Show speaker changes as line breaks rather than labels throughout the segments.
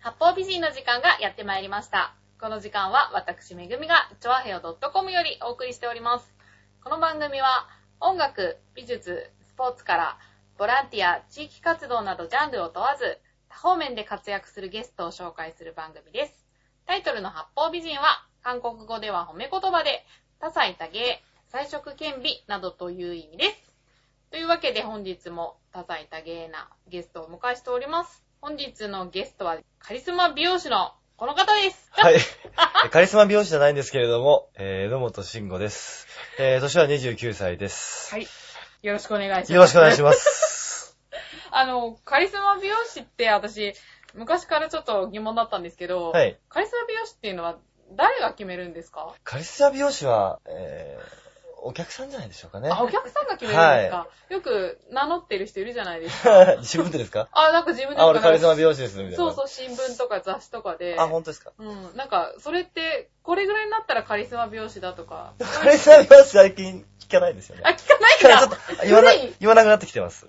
八方美人の時間がやってまいりました。この時間は私めぐみが、ちょわへよ .com よりお送りしております。この番組は、音楽、美術、スポーツから、ボランティア、地域活動などジャンルを問わず、多方面で活躍するゲストを紹介する番組です。タイトルの八方美人は、韓国語では褒め言葉で、多彩多芸、彩色兼美などという意味です。というわけで本日も多彩多芸なゲストをお迎えしております。本日のゲストはカリスマ美容師のこの方です。
はい。カリスマ美容師じゃないんですけれども、えー、野本慎吾です。えー、年は29歳です。
はい。よろしくお願いします。
よろしくお願いし
ま
ます。
す。あの、カリスマ美容師って私、昔からちょっと疑問だったんですけど、
はい。
カリスマ美容師っていうのは誰が決めるんですか、
カリスマ美容師は、えー、お客さんじゃないでしょうかね。
あ、お客さんが決めるんですか、よく名乗ってる人いるじゃないですか。
自分でですか
あ、なんか自分で
あ、俺カリスマ
美
美容師です、みたいな。
そうそう、新聞とか雑誌とかで。
あ、本当ですか
うん、なんか、それって、これぐらいになったらカリスマ美容師だとか。
カリスマ美容師最近聞かないですよね
あ、。聞かない
聞か ない、ちょ
か
っと言わな
古い、
言わなくなってきてます。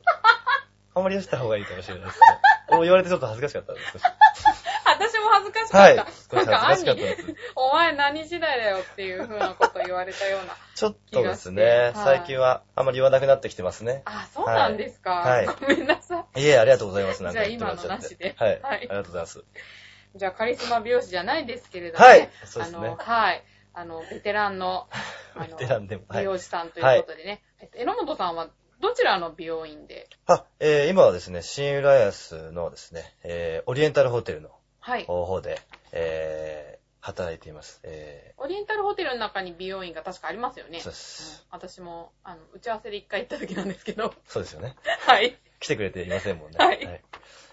あんまり言った方がいいかもしれないですね。俺も言われてちょっと恥ずかしかったです。
私も恥ずかしか
は
っ
い。
た。
少し恥ずかしか
な
った
んか、
です。
お前何時代だよっていう風なこと言われたような。
ちょっとです
気が
ね
し、てはい
最近はあんまり言わなくなってきてますね。
あ、そうなんですか。
はい
ごめんなさい。
いえ、ありがとうございます。なん
じ
か
ゃあ
言っても
今
らっ
の
ちゃ
な
って。
しで。
はい。
は
あ
い
りがとうございます。
じゃあカリスマ美容師じゃないですけれども、
はいそうですね
あの、はい。あの、ベテランの、あ
ベ
の
テランでも。は
美
い。
容師さんということでね。えっと榎本さんは、どちらの美容院で
あ、えー今はですね、新浦安のですね、えーオリエンタルホテルの
はい。
方で、えー働いています。え
オリエンタルホテルの中に美容院が確かありますよね。
ーそ
う
うで
ん
す。
私も、あの、打ち合わせで一回行った時なんですけど。
そうですよね。
はい。
来てくれていませんもんね。
はい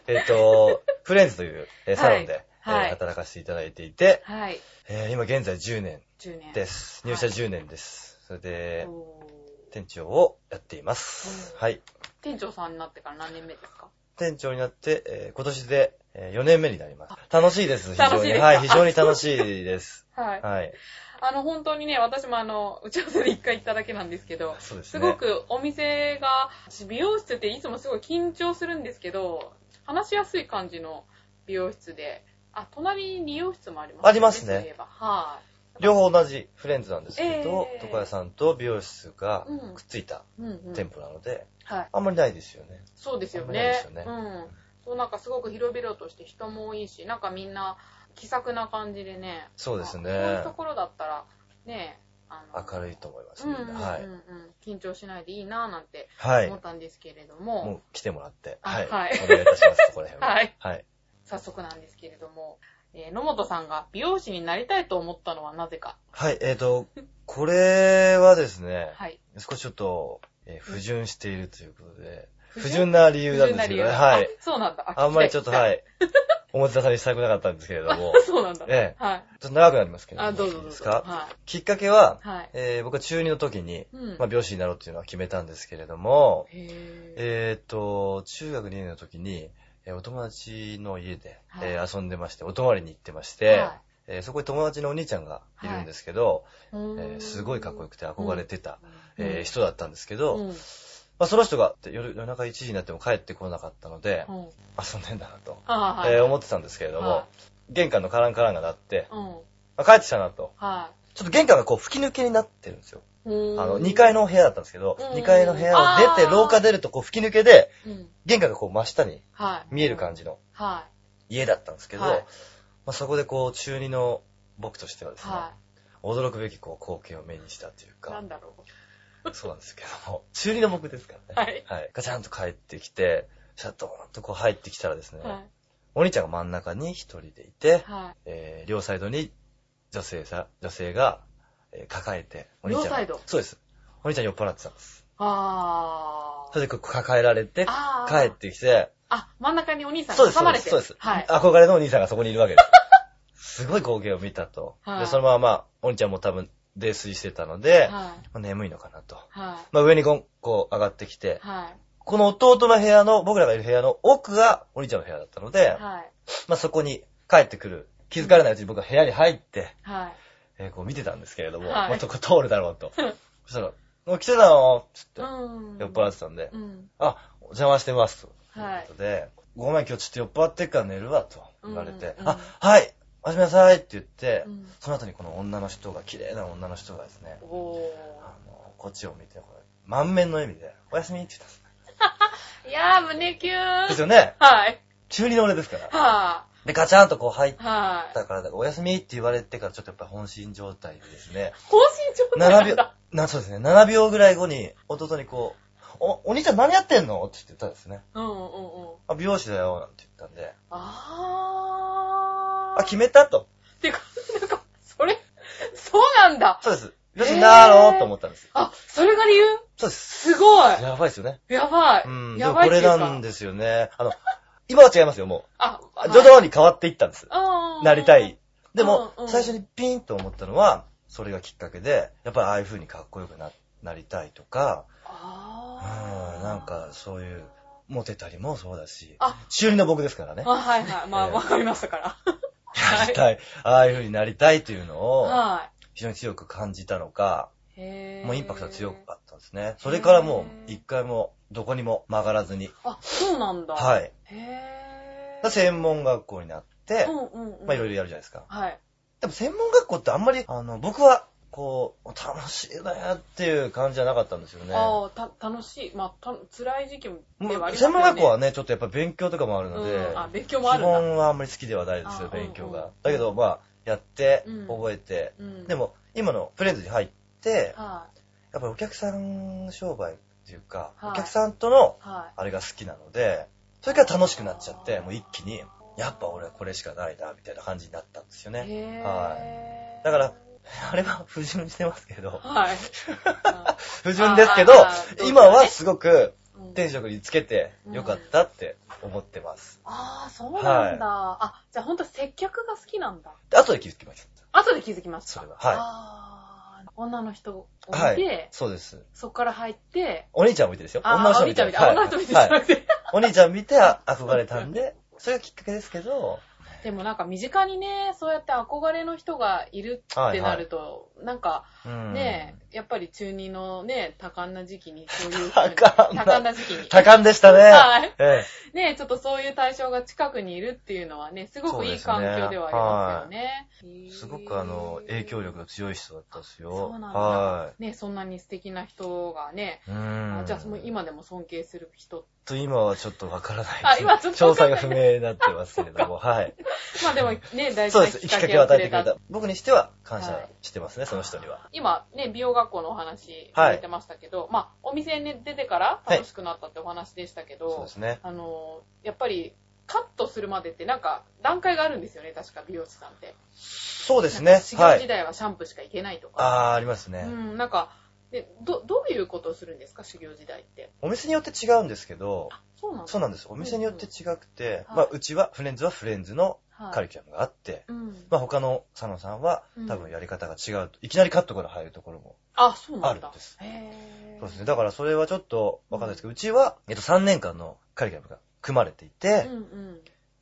えっ、と、フレンズというえーサロンで、
はいはい
えー働かせていただいていて、
はい。
えー今現在10年
10年。
です。
はい
入社10年です。それで、
おー
店長をやっています。
うん
はい。
店長さんになってから何年目ですか
店長になって、えー今年で、え4年目になります。楽しいです、非常
楽しい
に。
ですか
はい、非常に楽しいです。
はい。
はい。
あの、本当にね、私もあの、打ち合わせで一回行っただけなんですけど、
そうです
す
ね。
ごくお店が、私美容室っていつもすごい緊張するんですけど、話しやすい感じの美容室で、あ、隣に理容室もあります
ありますね
そういえばはい。
両方同じフレンズなんですけど
え、ー
床屋さんと美容室が
うん
くっついた
うん、うん。
店舗なので、
はい。
あんまりないですよね。
そうですよ
危ない
ね。
ですよね
うん。そう、なんかすごく広々として人も多いし、なんかみんな気さくな感じでね。
そうですね
まあそういうところだったら、ね、あ
明るいと思います、
うん
み
うんうん
ん
うん、
な。はい。
緊張しないでいいなぁなんて
はい
思。ったんですけれども、
もう来てもらって、
あ
はい。
はい
お願いいたします、そこら辺は。
はい。
はい。
早速なんですけれども、えー野本さんが美容師になりたいと思ったのはなぜか。
はい、えっ、と、これはですね、
はい。
少しちょっと、えー不純しているということで、
不
不
純
純な理
不
由なん
純
で
な
す
理
け
由
どね。
が
はい。。
あそうなんだ。。
あんまりちょっと、はいい。表沙汰にしたくなかったんですけれども、ち ょ
そうなんだ。
え
はい。
っと長くなりますけれど
あ、
も、
どうぞどう
い
ぞ。
いですか
は。、
きっかけはい
はい。
えー僕は中2の時に、
うん。
まあ、病師になろうっていうのは決めたんですけれども、
へー
えーっと、中学2年の時に、えーお友達の家で、
はい
えー遊んでまして、お泊まりに行ってまして、
は
えーそこに友達のお兄ちゃんがいるんですけど、
い
えーすごいかっこよくて憧れてた、
うん
えー人だったんですけど、
うん。
まあ、その人が夜夜中1時になっても帰ってこなかったので、
うん
遊んでんだなと、
あ
えー
はい。
思ってたんですけれども、
は
玄関のカランカランが鳴って、
うん。
あ帰ってきたなと。
は
ちょっと玄関がこう吹き抜けになってるんですよ。
い。うん
あの、2階、の部屋だったんですけど、
うん
2階の部屋を出
あ
て、
ー
廊下出るとこう吹き抜けで、
うん。
玄関がこう真下に
はい。
見える感じの
は
家だったんですけど、
はい。
まあ、そこでこう中二の僕としてはいですね、
は
驚くべきこう光景を目にしたという
い。な
か
ん、だろ
そうなんですけども、中二の僕ですからね。
う。はい。
はい。ガチャンと帰ってきて、シャッとーンとこう入ってきたらですね、
はい。
お兄ちゃんが真ん中に一人でいて、
は
えー両サイドに女性さ、女性が、えー抱えて、お兄ちゃんが。
両サイド
そうです。お兄ちゃん酔っ払ってたんです。
い。あ
そ
ー。
れでこう抱えられて、
あー
帰ってきて、
あ、真ん中にお兄さん
そう
が
で
挟
す、そ
ま
う
れ
で
て
す。
る。
そうです。
はい。
憧れのお兄さんがそこにいるわけです。 すごい光景を見たと。
はい
で、そのまま、お兄ちゃんも多分、泥酔してたの
は
で、
い。
まあ眠いのかなと。
は
まあ、上にこうこう上がってきて
い。、はい。
この弟の部屋の、僕らがいる部屋の奥がお兄ちゃんの部屋だったので、
はい。
まあ、そこに帰ってくる。気づかれないうちに僕は部屋に入って、
はい。
えーこう見てたんですけれども、
はい
まあ、そこ通るだ ろうと。そしたら、もう来てたのつって、
うん。
酔っ払ってたんで、
うん。
あ、お邪魔してますと。
はい
ということで、ごめん今日ちょっと酔っ払ってっから寝るわと。
う
言われて、
うんうん
あ、はい、おやすみなさいって言って、
うん
その後にこの女の人が、綺麗な女の人がですね、
お
あの、こっちを見て、これ、満面の笑みで、おやすみって言ったんです。
ー。いやー、胸キューン。
ですよね。
はい。
中二の俺ですから。
は
で、ガチャンとこう入っ
い。はい。
たから、だからおやすみって言われてからちょっとやっぱ本心状態でですね、
放心状態
7
なん
秒
だ。、
な、そうですね、7秒ぐらい後に、弟にこう、お、お兄ちゃん何やってんのって言ってたんですね。
うんうんうん。
あ、美容師だよ、なんて言ったんで、
あー。
あ、決めたと。
てか、なんか、それ、そうなんだ。
そうです。美容
え
師
ー
だろうと思ったんです。
あ、それが理由
そうです。
すごい。
やばいですよね。
やばい。
うん。で
や
も
ばい
こ
ってい
れ
うか。
なんですよね。あの、今は違いますよ、も
あ、
う。徐々に変わっていったんです。
々
なりたい。。でも
うんう、ん
最初にピンと思ったのは、それがきっかけで、やっぱりああいう風にかっこよくな、なりたいとか、うん、
あー。
なんかそういう、モテたりもそうだし、
あ
中二の僕ですからね
あ、。はいはい。まあ、
えー
わかりましたから。
なりたい。ああいう風になりたいというのを、
は
非常に強く感じたのか、
い。へー
もうインパクトが強かったんですね。それからも
へ
う、
ー
一回も、どこにも曲がらずに、
あ、そうなんだ。い。
はい。
へー。
専門学校になって
う、んうんうん。
まあいろ
ろ。
いろやるじゃないですか。
はい。
でも専門学校ってあんまり、あの、僕は、こう、楽しいなっていう感じじゃなかったんですよね。
ああ、た、楽しい。まあ、た、辛い時期も、
も
ではあ
う
りますよ
専
ね
門学校はね、ちょっとやっぱ勉強とかもあるので、
うん、あ、勉強もあ
基
るんだ。
本はあんまり好きではないですよ、
あ
勉強
うんう
が
ん。
だけど、まあ、やって
うん、
覚えて、
うん。
で
も、
も、今のプレゼントに入って、
はい。
やっぱりお客さん商売っていうか、
はい
お客さんとの
は
あれが好きなので、それから楽しくなっちゃって、
あー
もう一気に、やっぱ俺はこれしかないな、みたいな感じになったんですよ
い。
ね。
へー。
はいだから、あれは不純してますけ ど、
はい。
不純ですけど
あーあーどうぞ、ね
今はすごく
うん
天職につけてよかったって思ってます。
ああ、そうなんだ。あ、じゃあほんと接客が好きなんだ。
で後で気づきました。
後で気づきました。
それは。は
ああ、女の人を見て、
はいい。そうです。
そこから入って、
お兄ちゃんを見てですよ。
あー
女の人
あ、
を
見
見て。
た見た、女の人見てじゃな
はい
くて。
お兄ちゃん見てあ憧れたんで、それがきっかけですけど、
でもなんか身近にね、そうやって憧れの人がいるっ
は
て
い
な
は
る
い。
と、なんか
うん
ね、やっぱり中二のね、多感な時期にそういう、
多感な
多感な時期に。
多感でしたね。
はい。
ええ
ねちょっとそういう対象が近くにいるっていうのはね、すごくいい環境ではありますよね。へー
すごくあの、影響力の強い人だったんですよ。
そうなんだ
は
ね、そんなに素敵な人がね、
い。うん
あ。じゃあもう今でも尊敬する人。
ちょっと今はちょっとわからないです。
あ今ちょっと
詳
わか
細
んな
が
い
不明になってますけれども、はい。
まあでもね、 大事
そう
な
です。
き
き
っか
っか
け
け
を
を
く
与え
れ
てく
た
れ。た。僕にしては感
はい
謝してますね、その人には。
今ね、美容学校のお話
はい
出てましたけど、まあお店に出てから楽しくなったってお話でしたけど、
そうですね。
あの、やっぱりカットするまでってなんか段階があるんですよね、確か美容師さんって。
そうです
なん
ね
か修。
は
行時
い。
代はシャンプーしかいけないとか。
あー、ありますね。
うん、なんか、で、ど、どういうことをするんですか、修行時代って。
お店によって違うんですけど、
あ、そうなんですか
そうなんです。お店によって違くて、
うんうん
ま
は、
あ
いう
ちは、フレンズはフレンズの
はい
カリキュラムがあって、
うん。
まあ、他の佐野さんは
うん
多分やり方が違うと、いきなりカットから入るところも。
あ、そうなんだ。
あるんです
へー
そうですね。だからそれはちょっとわかんないですけど、うちは、えっと、3年間のカリキュラムが組まれていて
う、んうん。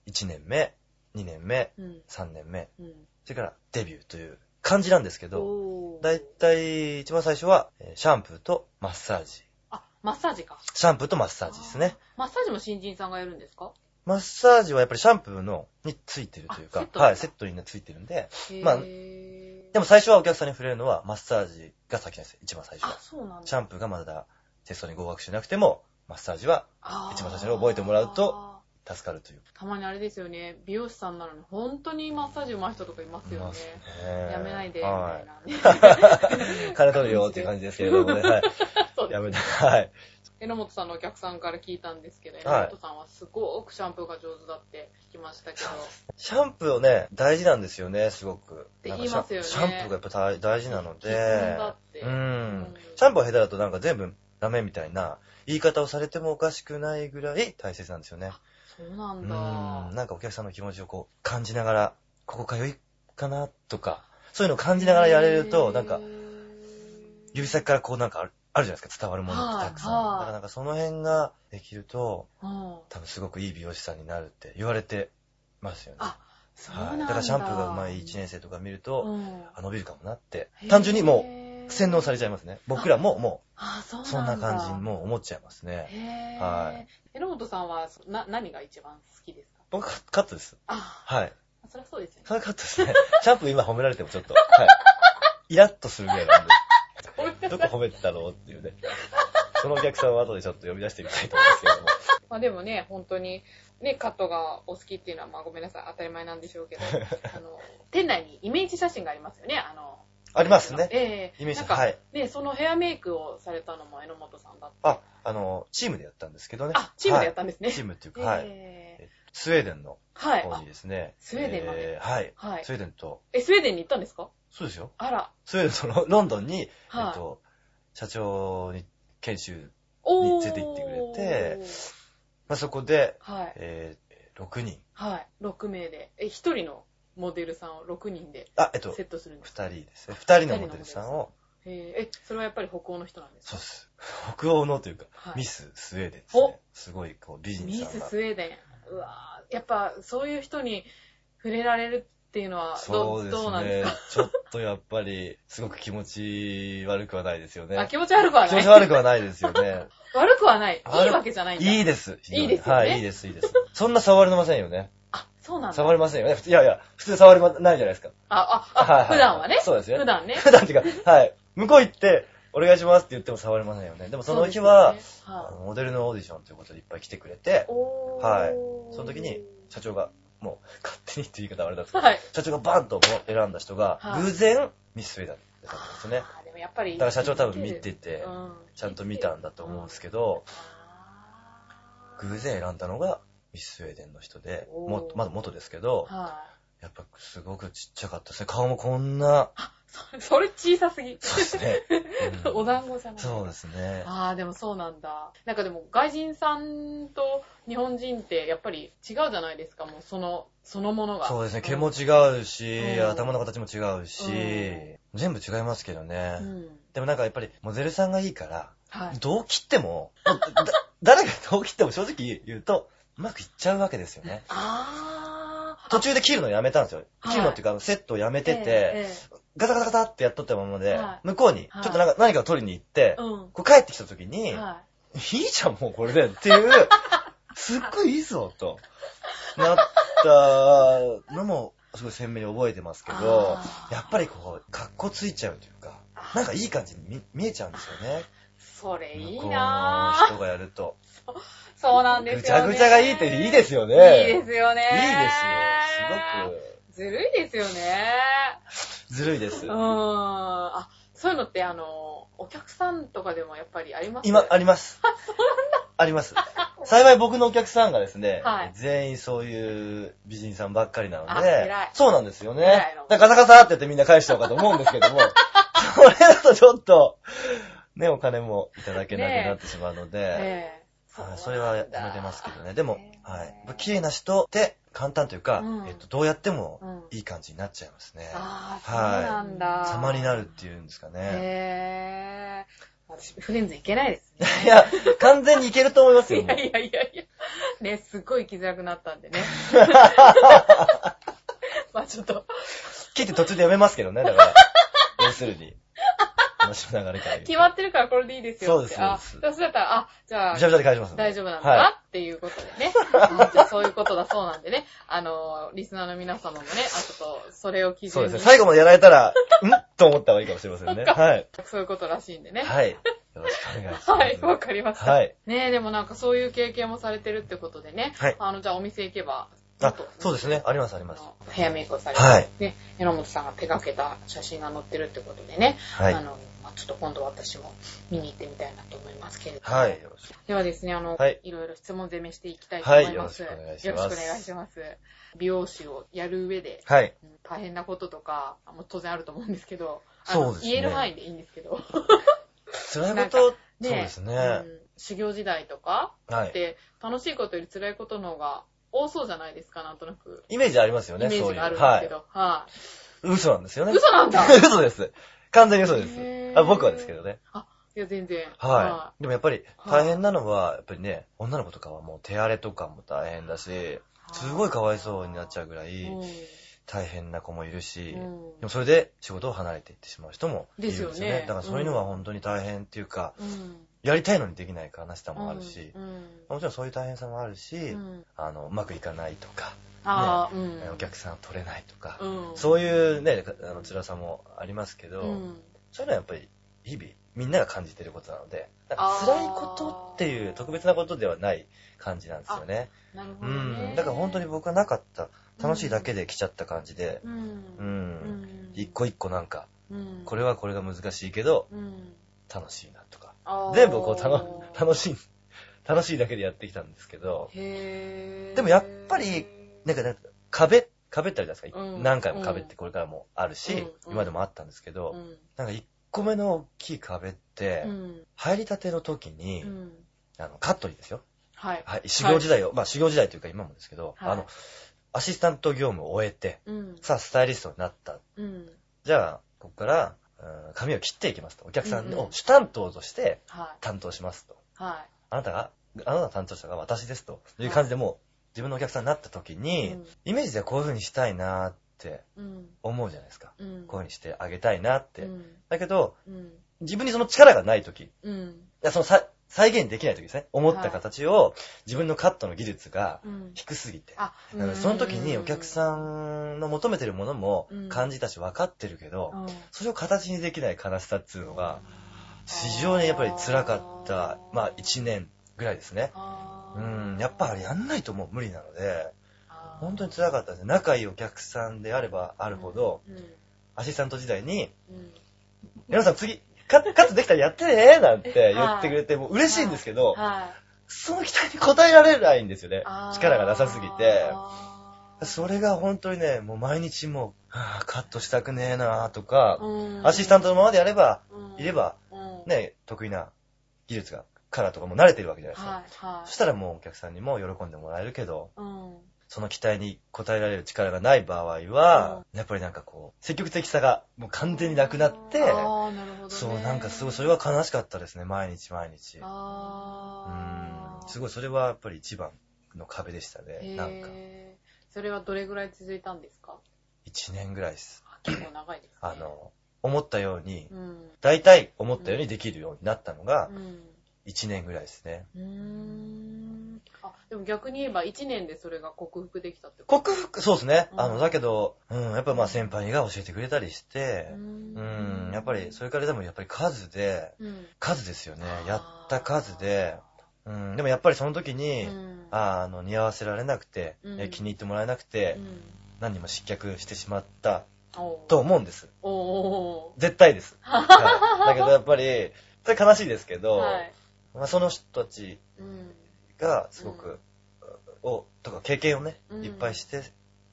1年目、2年目、
うん。
3年目、
うん。
それからデビューという感じなんですけど、
おー
だいたい一番最初は、えーシャンプーとマッサージ。
あ、マッサージか。
シャンプーとマッサージですね。
あー。マッサージも新人さんがやるんですか
マッサージはやっぱりシャンプーのについてるという
あセ
か
ッ、トなんだ
はい、セットについてるん
へ
で、
ー
まあでも最初はお客さんに触れるのはマッサージが先なんですよ、一番最初
あ
は、。
そうなんだ。
シャンプーがまだテストに合格しなくても、マッサージは
あー
一番最初に覚えてもらうと。助かるという。
たまにあれですよね、美容師さんなのに本当にマッサージ上手い人とかいますよね。
ね
やめないで、みた
はい
なね。
い。金取るよっていう感じですけれど もね。はい。
そうで
や
す
めない。はい。
榎本さんのお客さんから聞いたんですけど、
はい
榎本さんはすごくシャンプーが上手だって聞きましたけど、
シャンプーをね、大事なんですよね、すごく。
て
なん
言いますよね
かシャンシャンプーがやっぱ大大事なの
基本
で
だ。って。
う
うん
ん。シャンプーが下手だとなんか全部ダメみたいな言い方をされてもおかしくないぐらい大切なんですよね。
そうな
うんん。
だ。
なんかお客さんの気持ちをこう感じながら、ここ通いかなとか、そういうのを感じながらやれる
へ
と、
ー
なんか、指先からこうなんかあるあるじゃないですか、伝わるものってたくさん。
はいはい
だからなんかその辺ができると、
うん
多分すごくいい美容師さんになるって言われてますよね。
あそうな
はい。
んだ。
だからシャンプーがうまい1年生とか見ると、
うん
あ、伸びるかもなって、単純にも
へー
う洗脳されちゃいますね。僕らもも
あ、そう
う、
なんだ。
そんな感じにもう思っちゃいますね。
へぇー。
は
榎本さんはな何が一番好きですか
僕カカットです。
あ
はい。
あ、そりゃそうですよね。
それカットですね。 シャープ今褒められてもちょっと。はい。イラッとするぐらいなん
ごめんな
で。ど
さい
こ褒めてたのっていうね。そのお客さんは後でちょっと呼び出してみたいと思うんですけ れども。
まあでもね、本当に、ね、カットがお好きっていうのは、まあごめんなさい、当たり前なんでしょ うけど、あの、店内にイメージ写真がありますよね、あの、
ありますね。
ええ
イメージ
なんか、
はい
ね、そのヘアメイクをされたのも榎本さんだった。
あ、あの、チームでやったんですけどね。
あ、チームでやったんですね。
はいチームっていうか、はい。
ええ
スウェーデンの
はい。
方にですね。
スウェーデンまで
えはい。
あはい
ス。ウェーデンと、
え、スウェーデンに行ったんですか
そうですよ。
あら、
スウェーデンとロロンドンに、え
は
っ
い。
と、社長に研修、
おー
に連れて行ってくれまあ、そこで、
はい。
えー、6人。
はい。6名で。え、1人のモデルさんを6人で
あ、えっと
セ、ットするんですか
2人ですね。2人のモデルさんを、
へええ、それはやっぱり北欧の人なんです
そう
か
っす。北欧のというか、
はい
ミススウェーデンですね。すごい、こう、美人
ミ
さん
ス
が
ス。ウェーデン。うわぁやっぱそういう人に触れられるっていうのはど
そううで
どう
す
なんです
ね
か、。
ちょっとやっぱり、すごく気持ち悪くはないですよね。
あ、気持ち悪くは
気
な
持ち
い。
悪くはないですよね。
悪 くはない。いい
悪く
わけじゃないんだ。
いいです。非常に
いいですよね
はい、いいです、いいです。そんな触れませんよね。
あ、そうなんだ。
触れませんよね。いやいや、普通触れまないじゃないですか。
あ、あ、
はいは
あ、
い
普段はね。
そうですね
普段ね。
普段っていうか、はい。向こう行って、お願いしますって言っても触れませんよね。でも その日は、
そうですよね、
あ
は
のモデルのオーディションということでいっぱい来てくれて
い。、おー
はいその時に社長が、もう、勝手にっていう言い方はあれだった
はい。
社長がバンと選んだ人が、
はい
偶然、ミス・ウェイだったんですね。
あーでもやっぱり。
だから社長多分見てて
う、ん
ちゃんと見たんだと思うんですけど、
あー
偶然選んだのが、ミス・ウェーデンの人で、
おー
もまだ元ですけど、
はい。
やっぱすごくちっちゃかったですね。顔もこんな、
そそれ小さすぎ。
そうですね。うん
お団子じゃない。
そうですね。
ああ、でもそうなんだ。なんかでも外人さんと日本人ってやっぱり違うじゃないですか、もうその、そのものが。
そうですね。毛
う
も違うし、
うん
頭の形も違うし、
う
全部違いますけどね。
ん。うん
でもなんかやっぱり、モデルさんがいいから、
はい。
どう切っても、 だ誰がどう切っても正直言うと、うまくいっちゃうわけですよね。
ああ。
途中で切るのやめたんですよ。
はい
切るのっていうか、セットをやめ
出
てて、ガタガタガタってやっとったままで
は、
向こうに、
はい
ちょっとなんか何かを取りに行って、
うん。
こう帰ってきた時に、いい
は
じゃん、もうこれで、っていう、 すっごいいいぞ、と、なったのも、すごい鮮明に覚えてますけど
あ、ー
やっぱりこう、格好ついちゃうというか、
い。
なんかいい感じに見見えちゃうんですよね。
それい
向
い
こうの
な
人がやると。
ぁ。そうなんですよ、ね。
ぐちゃぐちゃがいいっていいですよね。
いいですよね。
いいですよ。
すごく。ずるいですよね。
すごく。ずるいです
うーん。。あ、そういうのって、あの、お客さんとかでもやっぱりあります
今、あります。あります。幸い僕のお客さんがですね、
はい
全員そういう美人さんばっかりなの
あ
で
偉い、
そうなんですよ
偉
ね
いの。
だからガサガサってやってみんな返しちゃうかと思うんです けども、それだとちょっと、ね、お金もいただけなくなってしまうので、
ええ
はいそれはやめてますけどね。でも、はい。綺
麗。
麗な人って簡単というか、
うん
えっと、どうやっても
うん
いい感じになっちゃいますね。
ああ、そう
はい
なんだ。
様になるっていうんですかね。
へえ。私、フレンズいけないですね。
いや、完全にいけると思いますよ。
い
も
や
う
いやいやいや。ね、すっごい生きづらくなったん でね。まあちょっと、
切って途中でやめますけどね、だから。要するに。話の流れから言うと。
決まってるからこれでいいですよって。
そうですそう
あ、そうだったら、あ、じゃあ
ぐちゃ、ぐちゃで返しますので。
大丈夫なんだ
は
なっていうことでね。 あじゃあそういうことだそうなんでね。あの、リスナーの皆様もね、あ、ちょっと、それを基
い。そう
準
です
に
ね。。最後までやられたら、んと思った方がいいかもしれませんね。はい。
そういうことらしいんでね。
はい。よろしくお願いします。
はい、わかりました。
はい。
ねえ、でもなんかそういう経験もされてるってことでね。
はい
あの、じゃあお店行けば、。
あ、そうですすね。ありますあり
あ
ます。
のヘアメイクをされて、
はい。
ね、榎本さんが手掛けた写真が載ってるってことでね。
は
あ
い。
の、まあ、ちょっと今度私も見に行ってみたいなと思いますけれども。
はい。よろしく。
ではですね、あの、
はい
い、ろいろ質問攻めしていきたいと思
はいいよ
ま
ろ
す。
しくお願いします
よろしくお願いします。美容師をやる上で、
はい。
うん大変なこととか、もう当然あると思うんですけど、あ
そ
の
うですね
言える範囲でいいんですけど。
辛い
な
こ
んか
と、そう
ね
ですね。
うん修行時代とか、
は
っ
い。
て楽しいことより辛いことの方が多そうじゃないですか、なんとなく。
イメージあります
イ
よ
メ
ね、
ー
そう
ジ
いう。
があるんです
は
け
い。
ど。は
嘘なんですよ
い
ね。
嘘なんだ
嘘です。完全に嘘です
へ。ー
あ僕はですけどね。
いや、全然。
はい。でもやっぱり
はい
大変なのは、やっぱりね、女の子とかはもう手荒れとかも大変だし、
い
すごいかわいそうになっちゃうぐら
う
い
ん
大変な子もいるし、で
うん
もそれで仕事を離れていってしまう人もいるんですよ
ですよね
ね。だからそういうのは本当に大変っていうか、
うん
やりたいのにできない悲しさもあるし、
うん
もちろんそういう大変さもあるし、
うんうん
あの、うまくいかないとか、
ああ、うん。
お客さん取れないとか、
うん
そういうね、あの辛さもありますけど、
うん
そういうのはやっぱり日々みんなが感じてることなので、なんか辛いことっていう特別なことではない感じなんですよね。
なるほ
う
どね。
ん。だから本当に僕はなかった、楽しいだけで来ちゃった感じで、
う。
うん。
うんん
一、個一個なんか、
うん
これはこれが難しいけど、
うん
楽しいなとか。
あー
全部こう楽、楽しい、楽しいだけでやってきたんですけど、
へー
でもやっぱり、なんかなんか壁、壁ってあるじゃないですか。
うん
何回も壁ってこれからもあるし、
うんうん
今でもあったんですけど、
うん
なんか一個目の大きい壁って、
うん
入りたての時に、
うん
あの、カットリーですよ。
はい。
はい、修行時代を、まあ修行時代というか今もですけど、
はい
あの、アシスタント業務を終えて、
うん。
さあスタイリストになった。
うん。
じゃあ、ここから、うん髪を切っていきますと。お客さん
うんう
を
ん
主担当として
はい。
担当しますと。
は
あなたが、あなたの担当者が私ですという感じでもう自分のお客さんになった時
い。
に、
うん
イメージではこういう風にしたいなーって
うん。
思うじゃないですか。
うん。
こういう風にしてあげたいなって。
うん。
だけど、
うん。
自分にその力がない時、い
うん。
やそのさ再現できない時ですね。思った形を自分のカットの技術が
うん。
低すぎて。
あ
なのでその時にお客
ん
さんの求めてるものも
うん
感じたし分かってるけど、
うん
それを形にできない悲しさっていうのが、非常にやっぱり辛かった、まあ1年ぐらいですね。
あ
う
ー
ん、やっぱあれやんないともう無理なので、
あー
本当に辛かったですね。仲いいお客さんであればあるほど、
うん。
アシスタント時代に、
うん
皆さん次、カッカットできたらやってねなんて言ってくれて、もう嬉しいんですけど、
は
その期待に応えられないんですよね
い。あー。
力がなさすぎて。
あー
それが本当にね、もう毎日もう、はぁカットしたくねえなぁとか、
うん
アシスタントのままでやれば、
うん
いれば、
うん
ね、得意な技術が、カラーとかも慣れてるわけじゃないですか。
はいはい
そしたらもうお客さんにも喜んでもらえるけど、
うん
その期待に応えられる力がない場合は、やっぱりなんかこう、積極的さがもう完全になくなって、
あーなるほどね
そう、なんかすごい、それは悲しかったですね、毎日毎日。
あ
うん、
ー
すごい、それはやっぱり一番の壁でしたね。なんか、
へーそれはどれぐらい続いたんですか
1年ぐらいです。
あ結構長いですね
あの、思ったように、
うん
大体思ったようにできるようになったのが
うん
1年ぐらいですね。
うーんあでも逆に言えば1年でそれが克服できたってこ
克服、そうですね。
うん
あの、だけど、うん、やっぱまあ先輩が教えてくれたりし
と
て、うん、やっぱり、それからでもやっぱり数で、
うん
数ですよね。やった数で、うん、でもやっぱりその時に、
うん
あーあの、似合わせられなくて、
うん
え気に入ってもらえなくて
う、ん
何にも失脚してしまった
おー
と思うんです。
おー
絶 対です。はい、だけどやっぱり、それ悲しいですけど、
はい
まあ、その人たち
うん
がすごく、をとか経験をね、
うん
いっぱいして、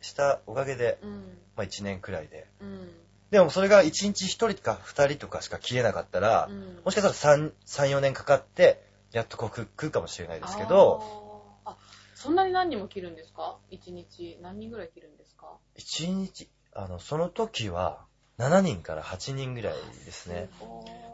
したおかげで、
うん
まあ1年くらいで。
うん
でもそれが1日1人か2人とかしか消えなかったら、
うん
もしかしたら3、3、4年かかって、やっと克服かもしれないですけど、
あーあそんなに何人も切るんですか一日何人ぐらい切るんですか
1日、あの、その時は、7人から8人ぐらいですね。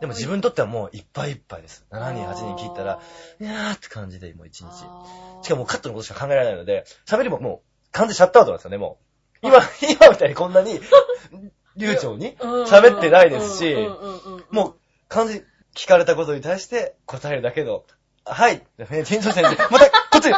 でも自分にとってはもういっぱいいっぱいです。7人、8人聞いたら、いやーって感じで、もう1日。しかもカットのことしか考えられないので、喋りももう完全シャットアウトなんですよね、もう。今、今みたいにこんな に、流暢に、喋ってないですしもう完全に聞かれたことに対して答えるだけの、はい、返事してるんで、またこっちに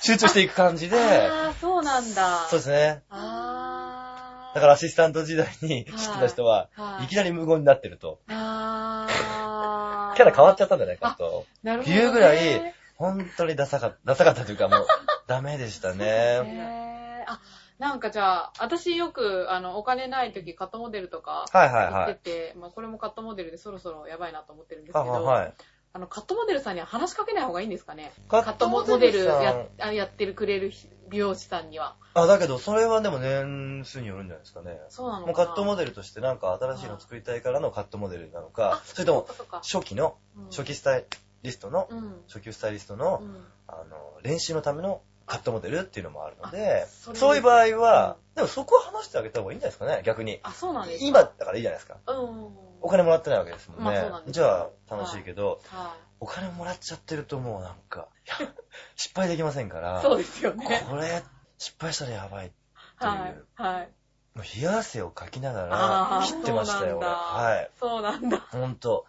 集中していく感じ
う
で、
ああ、そうなんだ。
そうですね。
ああ。
だから
ら、
アシスタント時代に知ってた人は、
はい
きなり無言になってると、
ああ。
キャラ変わっち
ゃ
ゃったんじゃないかと、
う。なるほど、
言うぐらい、本当にダサかった、ダサかったというかもう、ダメでしたね。
へーあ、なんかじゃあ、私よく、あの、お金ない時カットモデルとか
はいはい
行
は
って
い。
て、まあこれもカットモデルでそろそろやばいなと思ってるんですけ
あ
ど、
はい。
あの、カットモデルさんには話しかけない方がいいんですかね
カ
カットモデル
さん
やあやってるくれる美容師さんには。
あ、だけど、それはでも年数によるんじゃないですかね。
そうなのか
もう
な
カットモデルとしてなんか新しいの作りたいからのカットモデルなのか、それとも
そっかそ
初期の、
っか
初期スタイリストの、
うん。
初級スタイリスト
う
の、
ん
あの、練習のためのカットモデルっていうのもあるので
あ、それ
そういう場合は、でもそこは話してあげた方がいいんじゃないですかね、逆に。
あ、そうなんですか
今だからいいじゃないですか。
うん。
お金もらってないわけですもんね。
まあそうなんです
じゃあ、楽しいけど、
は
お金もらっちゃってるともうなんか、いや失敗できませんから、
い。 そうですよね。
これ、失敗したらやばい。ていう
はい。はい。
もう冷や汗をかきながら
ああ、
切ってました
そ
よ、
うなん
俺。
だ
はい。
そうなんだ。
ほんと。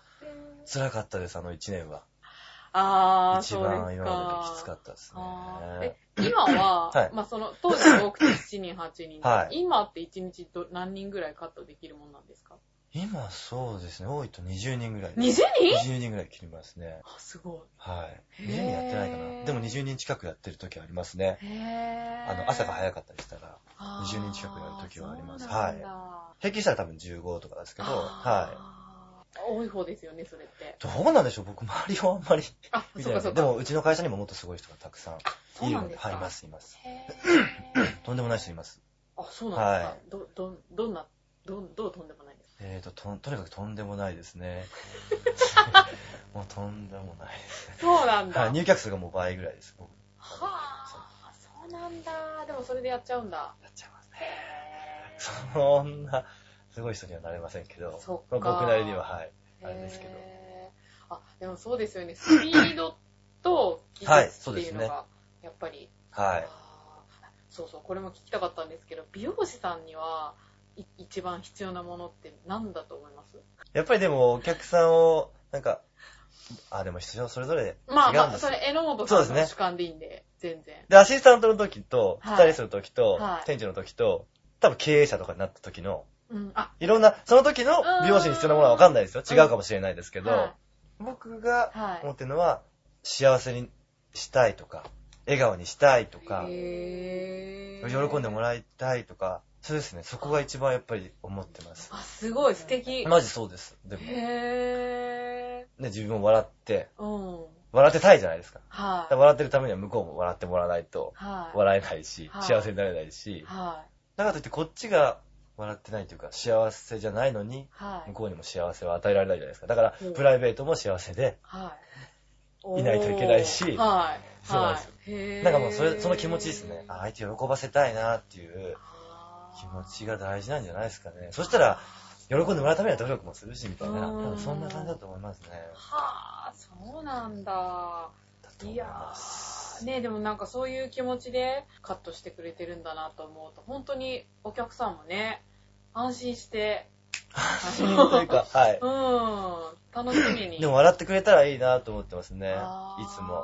辛かったです、あの1年は。
ああ、
一
そうです
番今まできつか
っ
ったです
あー
ね
え。今は、
はい
まあその、当時多くて7人、8人で、
はい
今って1日ど何人ぐらいカットできるもんなんですか
今そうですね、多いと20人ぐらい。
?20 人
?20 人ぐらい切りますね。
あ、すご
は
へ
い。
ー
20人やってないかな。でも20人近くやってる時はありますね。
い。へ
あの、朝が
い。
早かったりしたら、
あー
20人近くやる時はあります
そうなんだ
平均したら多分15とかですけど、は
あー多い方ですよね、それって。
い。どうなんでしょう僕、周りはあんまり
あ、
見
そ
て
う
な
か
い
そう
で
か。
でも、うちの会社にももっとすごい人がたくさん。
そうなんですか
いるのはい、います、います。
へー
とんでもない人います。
あ、そうなんですか。
はい
ど、ど、どんな、ど、どうとんでもないですか
えーと、と、とにかくとんでもないで すね。もうとんでもないです。
そうなんだ。
はい、入客数がもう倍ぐらいです。僕
はあ、そうなんだ。でもそれでやっちゃうんだ。
やっちゃいますね。そんな、すごい人にはなれませんけど、
そっ
ま
か
あ僕なりには、はい。
へー
あれですけど
あ、でもそうですよね。スピードと技
はい
術っていうのが、やっぱり、
はい。
あーそうそう、これも聞きたかったんですけど、美容師さんには、い一番必要なものって何だと思います
やっぱりでも、お客さんを、なんか、あ、でも人それぞれ
まあ
違うん
まあ、
です
そ
よ。
れ、榎本さ
そ
ん
うです
の
ね
主観でいいんで、全然。
で、アシスタントの時と、
はい
二人する時と
はい、
店長の時と、多分経営者とかになった時の、
うん、あ、
いろんな、その時の美容師に必要なものは分かんないですよ。
うん
違うかもしれないですけど
は、
僕が
い。はい
思ってるのは、幸せにしたいとか、笑顔にしたいとか、
へー
喜んでもらいたいとか、そうですね、そこが一番やっぱり思ってます。
あ、すごい素敵。
マジそうです。でも、ね、
へ
自分を笑って、
ぇー。うん。
笑ってたいじゃないですか。だ
はい
か。ら笑ってるためには向こうも笑ってもらわないと、
はい。
笑えないし
は、い
幸せになれないし、
はい。
だからといってこっちが笑ってないというか、幸せじゃないのに、
はい
向。こうにも幸せを与えられないじゃないですか。だから、
うん
プライベートも幸せで、
はい。
いないといけないし
おーはい。
そうなんですよ
はい、
なんかもうそれ、その気持ちですね。あ
あ
相手を喜ばせたいなっていう
ー
気持ちが大事なんじゃないですかね。そしたら、喜んでもらうためには努力もするし、みたいな。
うん
多分そんな感じだと思いますね。
はあ、そうなんだ。
だと思
い
い
や
ます。
ーねでもなんかそういう気持ちでカットしてくれてるんだなと思うと、本当にお客さんもね、 安心して、
というか、 はい。
うん、楽しみに。
でも笑ってくれたらいいなと思ってますね。い
あー
つも。。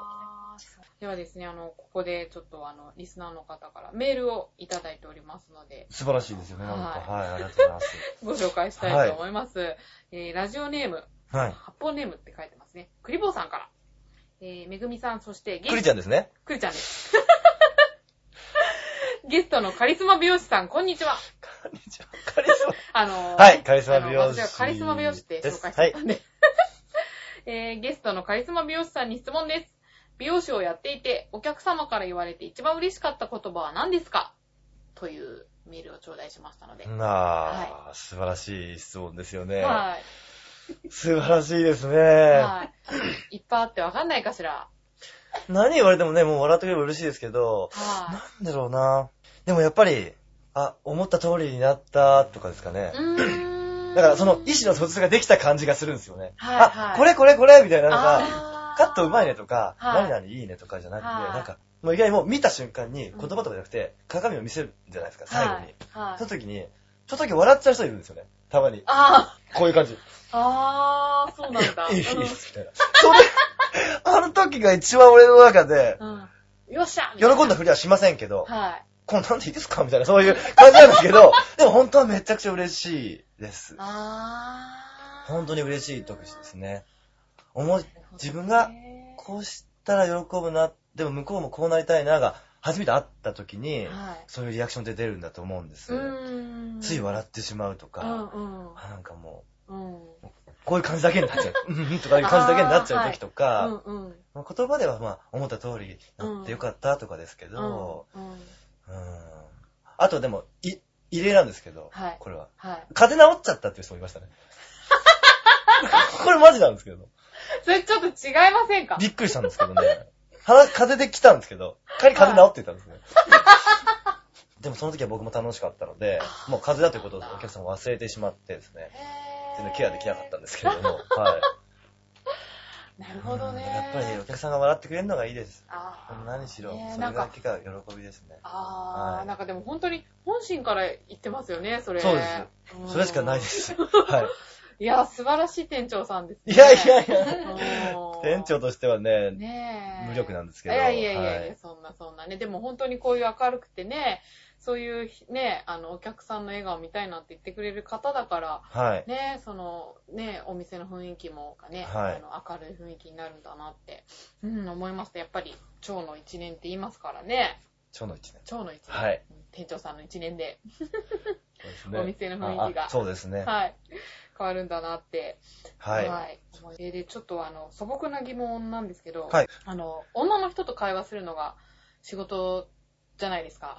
ではですね、あの、ここでちょっとあの、リスナーの方からメールをいただいておりますので、
素晴らしいですよね、なんか。
は
はい、ありがとうございます。
ご紹介したいと思います。えーラジオネーム、
はい。
発泡ネームって書いてますね。クリボーさんから。えー、めぐみさん、そしてゲ
クリ
スト、
ちゃんで すね。
クリちゃんです。ゲストのカリスマ美容師さん、こんにちは。
カリスマカリスマ
あのー
はい、カリスマ美
あ
容
の
師。
私はカリスマ美容師って紹介し
は
て
い
た。んで。 えーゲストのカリスマ美容師さんに質問です。美容師をやっていて、お客様から言われて一番嬉しかった言葉は何ですかというメールを頂戴しましたので。
なあ、素晴らしい質問ですよね。
はい。
素晴らしいですね。
はい。いっぱいあってわかんないかしら。
何言われてもね、もう笑ってくれば嬉しいですけど、
は
なんだろうな。でもやっぱり、あ、思った通りになったとかですかね
い。。うーん。
だからその意思の疎通ができた感じがするんですよね。
はいはい
あ、これこれこれみたいなのが、
あー
カットうまいねとか、
はい
何々いいねとかじゃなくて、
はい
なんか、もう意外にもう見た瞬間に言葉とかじゃなくて、鏡を見せるじゃないですか、最後に。。
はい。はい
その時に、ちょっとだけ笑っちゃう人いるんですよね。たまに。
あ
こういう感じ。
あ、ああ、そうなんだ。
いいです、いいです、みたいな。それ、あの時が一番俺の中で、
うん。うんよっしゃ
喜んだふりはしませんけど、
はい。
こんなんでいいですかみたいな、そういう感じなんですけど、 でも本当はめちゃくちゃ嬉しいです。
ああ。
本当に嬉しい特技ですね。おも、自分
なるほ
が
どね
こうしたら喜ぶな、でも向こうもこうなりたいなが、初めて会った時に、
はい。
そういうリアクションで出るんだと思うんです。
ーん
つい笑ってしまうとか、
うん
あなんかも
うん。
う、こういう感じだけになっ ちゃう。うんうんとかいう感じだけになっちゃう時とか、
うん。うん。
まあ言葉ではまあ思った通りなってよかったとかですけど、
うんうん
うんあとでも、い、異例なんですけど、
はい
これは。
はい。
風邪治っちゃったっていう人もいましたね。 これマジなんですけど。
それちょっと違いませんか
びっくりしたんですけどね。鼻、風邪で来たんですけど、帰り風邪治ってた んですね。でもその時は僕も楽しかったので、もう風邪だということをお客さん忘れてしまってですね、全然ケアできなかったんですけれども、はい。
た。なるほどね。
うんやっぱりねお客さんが笑ってくれるのがいいです。
あー
何しろ、
ね
そ
な
れ
んか
だけが喜びですね。
あー、
はい
なんかでも本当に本心から言ってますよね、それ。
そうです
ん
それしかないで。す。はい。
いや、素晴らしい店長さんです、ね。
いやいやいや、
うん
店長としてはね、
ねえ。
無力なんですけど
いやいやいやいや、
はい
そんなそんなね。でも本当にこういう明るくてね、そういうね、あの、お客さんの笑顔見たいなって言ってくれる方だから、
はい。
ね、その、ね、お店の雰囲気もがね、
はい
あの明るい雰囲気になるんだなって、うん、思いました。やっぱり、蝶の一年って言いますからね。
蝶の一年。
蝶の一年。
はい
うん店長さんの一年で、
そうです
お店の雰囲気が
ああそうですね。
はい、変わるんだなって
はい。
はい。思い出で、ちょっとあの、素朴な疑問なんですけど、
はい
あの、女の人と会話するのが仕事じゃないですか。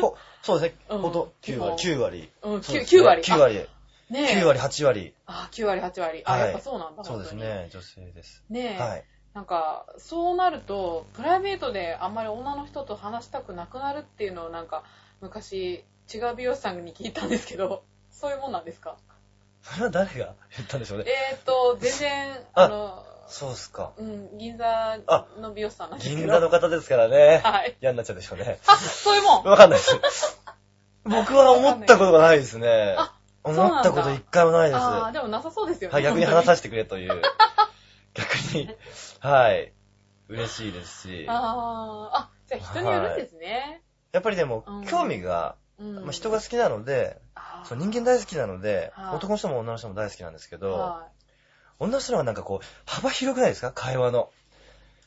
ほそうですね。
うん
ほと9割。9割。
うん、
そうで
9,
すね
割。
9割。
あ。ねえ
9割、8割。
あ、9割、8割。あ、
はい
やっぱそうなんだ、
そうです
本当に。
ね。女性です。
ねえ、
はい。
なんか、そうなると、プライベートであんまり女の人と話したくなくなるっていうのをなんか、昔、違う美容師さんに聞いたんですけど、 そういうもんなんですか
それは誰が言ったんでしょうね。
えーっと、全然、
あ
あの、
そうっすか。
うん、銀座
あ
の美容師さんなんですけど。
銀座の方ですからね。
はい。
嫌になっちゃうでしょうね。
あ、そういうもん。
わかんない です。僕は思ったことがないですね
あ。そうなんだ
思ったこと一回もないです。
ああ、
は
でもなさそうですよね。
い、逆に話させてくれ という。逆に、はい。嬉しいですし。
ああ、あ、じゃあ人によるんですね。
やっぱりでも
う、ん
興味が、
うん
まあ、人が、好きなので、そう人間大好きなので、
はい
男の人も女の人も大好きなんですけ
と
ど、
はい、
女の人の方がなんかこう、幅広くないですか会話の。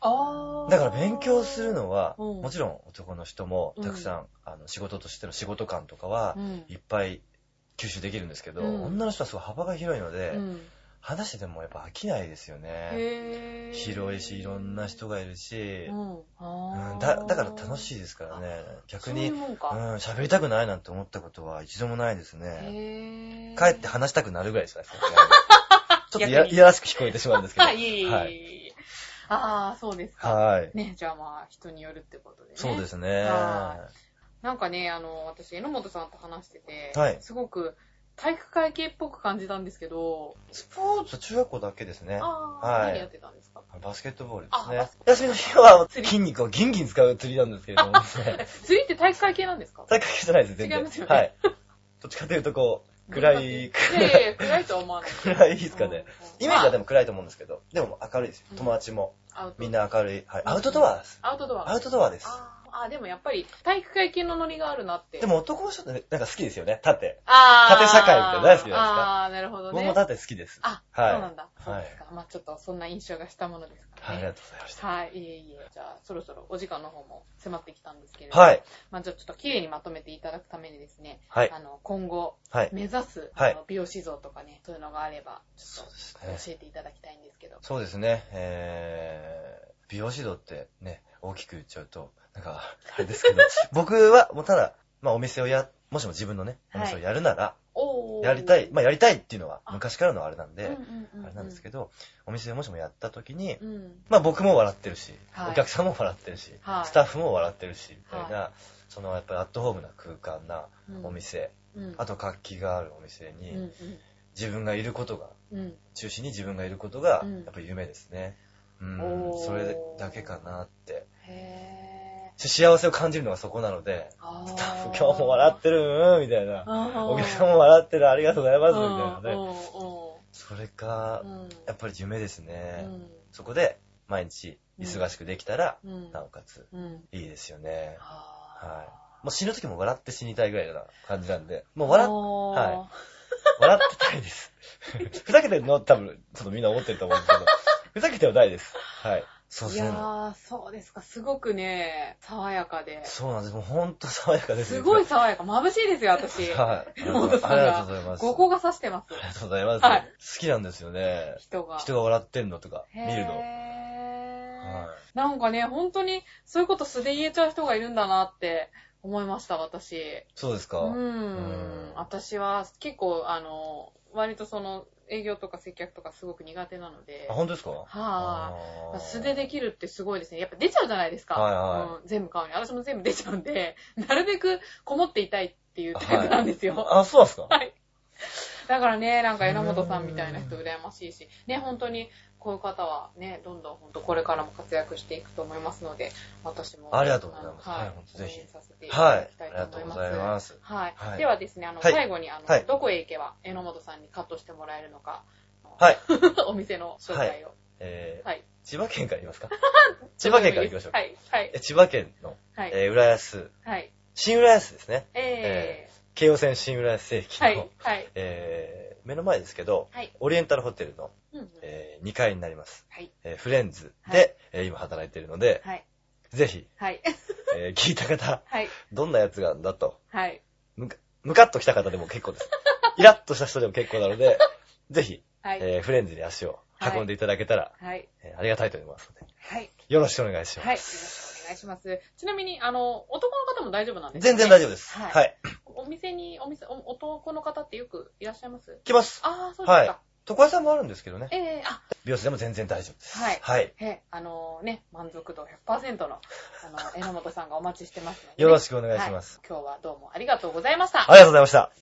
ああ。
だから勉強する、のは、
うん
もちろん男の人もたくさん、あの仕事としての仕事感とかは
う、ん
いっぱい吸収できるんですけど、
うん
女の人はすごい幅が広いので、
うん、
話しててもやっぱ飽きないですよね。
へえ。
広いし、いろんな人
が、
がいるし
う、ん、あ
うんだだから楽し
い。
いですからね。逆
そうい
に、
う
うん
もんか。
喋りたくないなんて思ったことは一度もないですね。
へえ。
帰って話したくなるぐらいですか ね。ちょっとい
逆
や
に
いやらしく聞こえてしまうんです けど。
はい、いい、
はい
いい、いい。ああ、そうですか。
はい。
ね、じゃあまあ、人によるってことでね。。
そうですすね。
はなんかね、あの、私、榎本さんと話してて、
はい
すごく体育会系っぽく感じたんですけど、
スポーツは中学校だけですね。
ああ、
はい
何やってたんですか
バスケットボールで
あバ
す
ス
ね。休みの日は
釣り
筋肉をギンギン使う釣りなんですけれども ね。
釣りって体育会系なんですか
大会じゃないです、全
違い
然。
ますよね
はい。どっちかというと、こう、 暗い、
いやいや、暗いとは思わない。
暗いですかね。
うん。
イメージはで
も、
も暗いと思うんですけど、でも明るいです
う
よ。
ん
友達も、
アウト
みん。な明るい。はい。アウトドアです。
アウトドア。
アウトドアです。
あーあー、でもやっぱり体育会系のノリがあるなって。
で、も男の人ってなんか好きですよね、縦。
ああ。
縦社会みたいなの大好きじゃないですか
ああー、なるほど
僕
ね
も。縦好きです。
あ、
はい
そうなんだ。そう
はい
ですか。まあちょっとそんな印象がしたものですか
はい、
ら
あり
ね。
がとうございました。
はい、いえいえ。じゃあ、そろそろお時間の方も迫ってきたんですけれども。
はい。
まあじゃあちょっと綺麗にまとめていただくためにですね、
はい。
あの、今後、
はい。
目指す、
はい
あの美容師像とかね、そういうのがあれば、ちょ
そう
っ
です
と
ね。
教えていただきたいんですけど。
そうですね。えー、美容指導ってね、大きく言っちゃうと、なんか、あれで すけど、僕はもうただ、まあお店をや、もしも自分のね、お店をやるなら、
おー
やりたい、まあやりたいっていうのは昔からのあれなんで、
うんうんうんうん
あれなんですけど、お店でもしもやった時に、
うん。
まあ僕も笑ってるし、
はい
お客さんも笑ってるし、
はい
スタッフも笑ってるし、みたいな、そのやっぱりアットホームな空間なお店、
うん、
あと活気があるお店
う
に、
ん、うん
自分がいることが、
うん。
中心に自分がいることが
うん、
やっぱり夢ですね。うん、
おー
それだけかなって。
へぇ
幸せを感じるのがそこなので、
ー。
スタッフ今日も笑ってる、うん、みたいな。
お
お客さんも笑ってる、ありがとうございます、みたいなね。
う
それか、
ん、うん、
やっぱり夢ですね。
うん、
そこで毎日忙しくできたら、
うん、うん
なおかつ
うん。
いいですよね。
は
もう死ぬ時も笑って死にたいぐらいな感じなんで、も
い。
う笑っ
は
笑ってたいです。ふざけてるの多分、ちょっとみんな思ってると思う んですけど、ふざけてはないです。はい。そう
い
です
や
ね。
ー、そうですか。すごくね、爽やかで。
そうなんです。もうほんと爽やかです。
すごい爽やか。眩しいですよ、 私。
はい。あ
山
のあ
本
り
さんが
がとうございます。
五個が刺してます
あ。りがとうございます。
はい
好きなんですよね。
人が。
人が笑ってんのとか、見るの。
へー
は
なんかね、本当にそういうこと素で言えちゃう人がいるんだなって思いました、私。
い。そうですか。
う
はい。
ん
うん。
私は結構、あの、割とその営業とか接客とかすごく苦手なので
あ、。本当ですか
は
あ
ぁ。
ー
素でできるってすごいですね。やっぱ出ちゃうじゃないですか。
はいは
うん全部顔に。私も全部出ちゃうん で、なるべくこもっていたいっていうタイプなんですよ。
あ、そうなんですか
はい。だからね、なんか榎本さんみたいな人羨ましいし、ね、本当にこういう方はね、どんどん本当これからも活躍していくと思いますので、私も。
ありがとうございます
は
はい
い
本、当ぜひ
応援させていた
は
だ
い
き。
あ
たい
り
と
が
思
と
いうます。
ございます。
はい。
はい
ではですね、あの、
はい
最後に、あの、
はい
どこへ行けば榎本さんにカットしてもらえるのか、
はい。
お店の紹介を。
えー
はい。
千葉県からいきま すか千葉県から行きましょう
は。い。はい
え。千葉県の、
はい。
えー浦安、
はい。
新浦安ですね。
え
京王線新浦安駅
ー。
の、
はい。はい。
えー目の前ですけど、
はい。
オリエンタルホテルの、
うんうん
え2階になります。
はい。
えーフレンズ
は
で、えー今働いているので、
はい。
ぜひ、
はい。
えー 聞いた方、
はい。
どんなやつなんだと、
はい。
むかむかっと来た方でも結構 です。イラッとした人でも結構なので、ぜひ、
はい。
えーフレンズに足を運んでいただけたら、
はい。
えーありがたいと思いますので、
はい。
よろしくお願いし
はい。よ
ま
ろしくお願いします。ちなみに、あの、男の方も大丈夫なん
す。
ですか
全然大丈夫です。
はい
はい。
お店に、お店、お男の方ってよくいらっしゃいます
来ます。
ああ、そうですか。
床屋さんもあるんですけどね。
ええあ、
美容室でも全然大丈夫です。
はい
はい。
え、あのね、満足度100%の、あの、榎本さんがお待ちしてますのでね、
よろしくお願いします。
はい今日はどうもありがとうございました。
ありがとうございました。